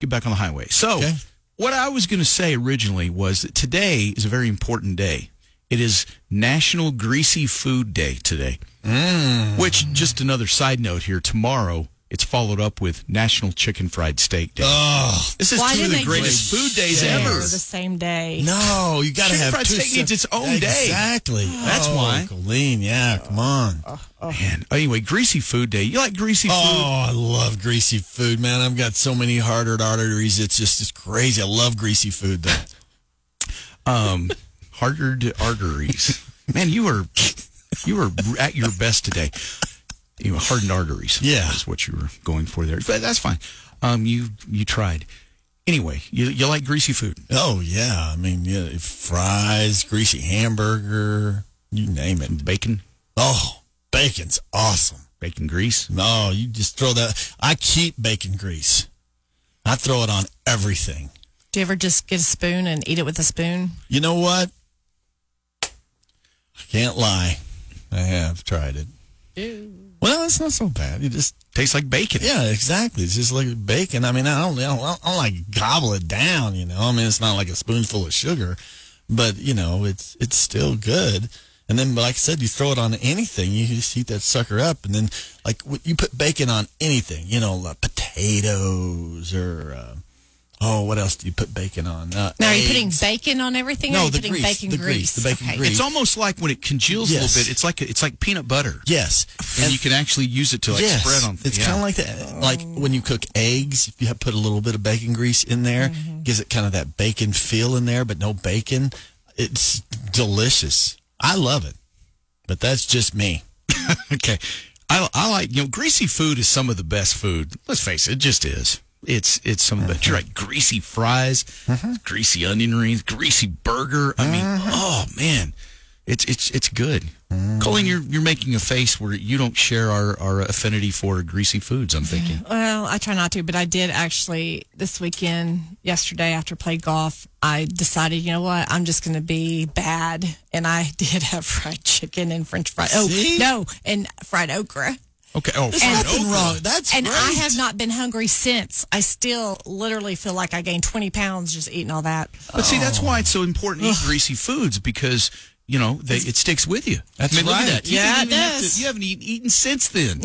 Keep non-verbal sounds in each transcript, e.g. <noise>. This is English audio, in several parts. get back on the highway. So, Okay. what I was going to say originally was that today is a very important day. It is National Greasy Food Day today, which, just another side note here, tomorrow it's followed up with National Chicken Fried Steak Day. Oh. this is two Why of didn't the they greatest just food days They share ever. were the same day. No, you got to Chicken have fried two steak sep- needs its own day. Exactly. That's oh, why. Colleen, yeah, come on. Oh, Man, anyway, Greasy Food Day. You like greasy food? I love greasy food, man. I've got so many hard-hard arteries. It's just it's crazy. I love greasy food, though. Um, hardened arteries. <laughs> Man, you were you were at your best today. You know, hardened arteries. Yeah. is what you were going for there. But that's fine. Um, you you tried. Anyway, you you like greasy food. oh, yeah. I mean, yeah, fries, greasy hamburger, you name it. Bacon, Oh, bacon's awesome. bacon grease. No, you just throw that. I keep bacon grease. I throw it on everything. Do you ever just get a spoon and eat it with a spoon? You know what? I can't lie. I have tried it. Well, it's not so bad. You just Tastes like bacon. yeah, exactly. It's just like bacon. I mean, I don't, I don't, I don't like gobble it down. You know, I mean, it's not like a spoonful of sugar, but you know, it's it's still good. And then, like I said, you throw it on anything. You just heat that sucker up, and then like w- you put bacon on anything. You know, like potatoes or uh, oh, what else do you put bacon on? Uh, Now, are you eggs. putting bacon on everything? or No, are you the putting grease, bacon the grease. grease, the bacon okay. grease. It's almost like when it congeals a Yes. little bit. It's like it's like peanut butter. Yes, and, you can actually use it to like spread on. It's yeah. kind of like that. Like when you cook eggs, if you have put a little bit of bacon grease in there, gives it kind of that bacon feel in there, but no bacon. It's delicious. I love it, but that's just me. okay. I, I like you know greasy food is some of the best food. Let's face it, it just is. It's it's some of the best. You're like greasy fries, Mm-hmm. greasy onion rings, greasy burger. I mean, oh man, it's it's it's good. Mm-hmm. Colleen, you're you're making a face where you don't share our our affinity for greasy foods. I'm thinking. Well, I try not to, but I did actually this weekend, yesterday after I played golf, I decided, you know what, I'm just going to be bad. And I <laughs> did have fried chicken and french fries. Oh, See? no, and fried okra. Okay. Oh, fried Nothing okra. wrong. That's And I great. have not been hungry since. I still literally feel like I gained 20 pounds just eating all that. But see, that's why it's so important to eat greasy foods because you know they, it sticks with you. That's I mean, Look right. at that. You Yeah, didn't it even have to- does. you haven't even eaten since then.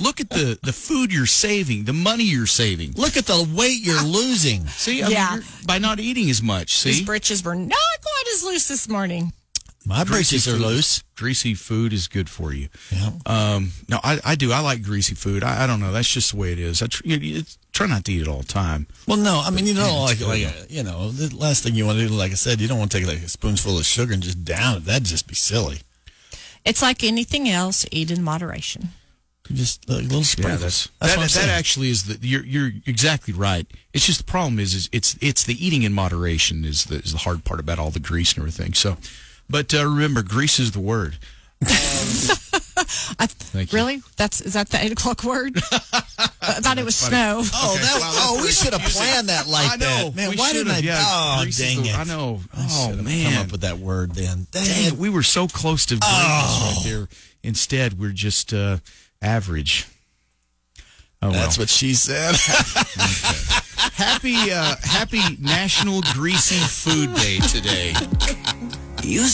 look at the the food you're saving, the money you're saving. Look at the weight you're losing. See, I Yeah. mean, you're- by not eating as much. These See, britches were not quite as loose this morning. My braces are food- loose. Greasy food is good for you. Yeah. Um, no, I, I do. I like greasy food. I, I don't know. That's just the way it is. I tr- you, you try not to eat it all the time. Well, no, I mean, you know, like, good, like uh, you know, the last thing you want to do, like I said, you don't want to take like a spoonful of sugar and just down it. That'd just be silly. It's like anything else, eat in moderation. Just like, a little sprinkle. that, what I'm that saying. actually is the you're you're exactly right. It's just the problem is is it's it's the eating in moderation is the is the hard part about all the grease and everything. So, but uh, remember, grease is the word. I, you. really? That's is that the eight o'clock word? I thought it was snow. Oh, Okay, that, wow, that's oh, we pretty should have confusing. planned that like I know. that. Man, We why didn't I? should've, yeah, oh, grease is dang the- it. I know. I Oh, should've man. Come up with that word then. Dang, Dang it. it, we were so close to greatness Oh. right there. Instead, we're just uh, average. Oh, well. That's what she said. <laughs> happy <laughs> uh, happy National Greasy Food Day today.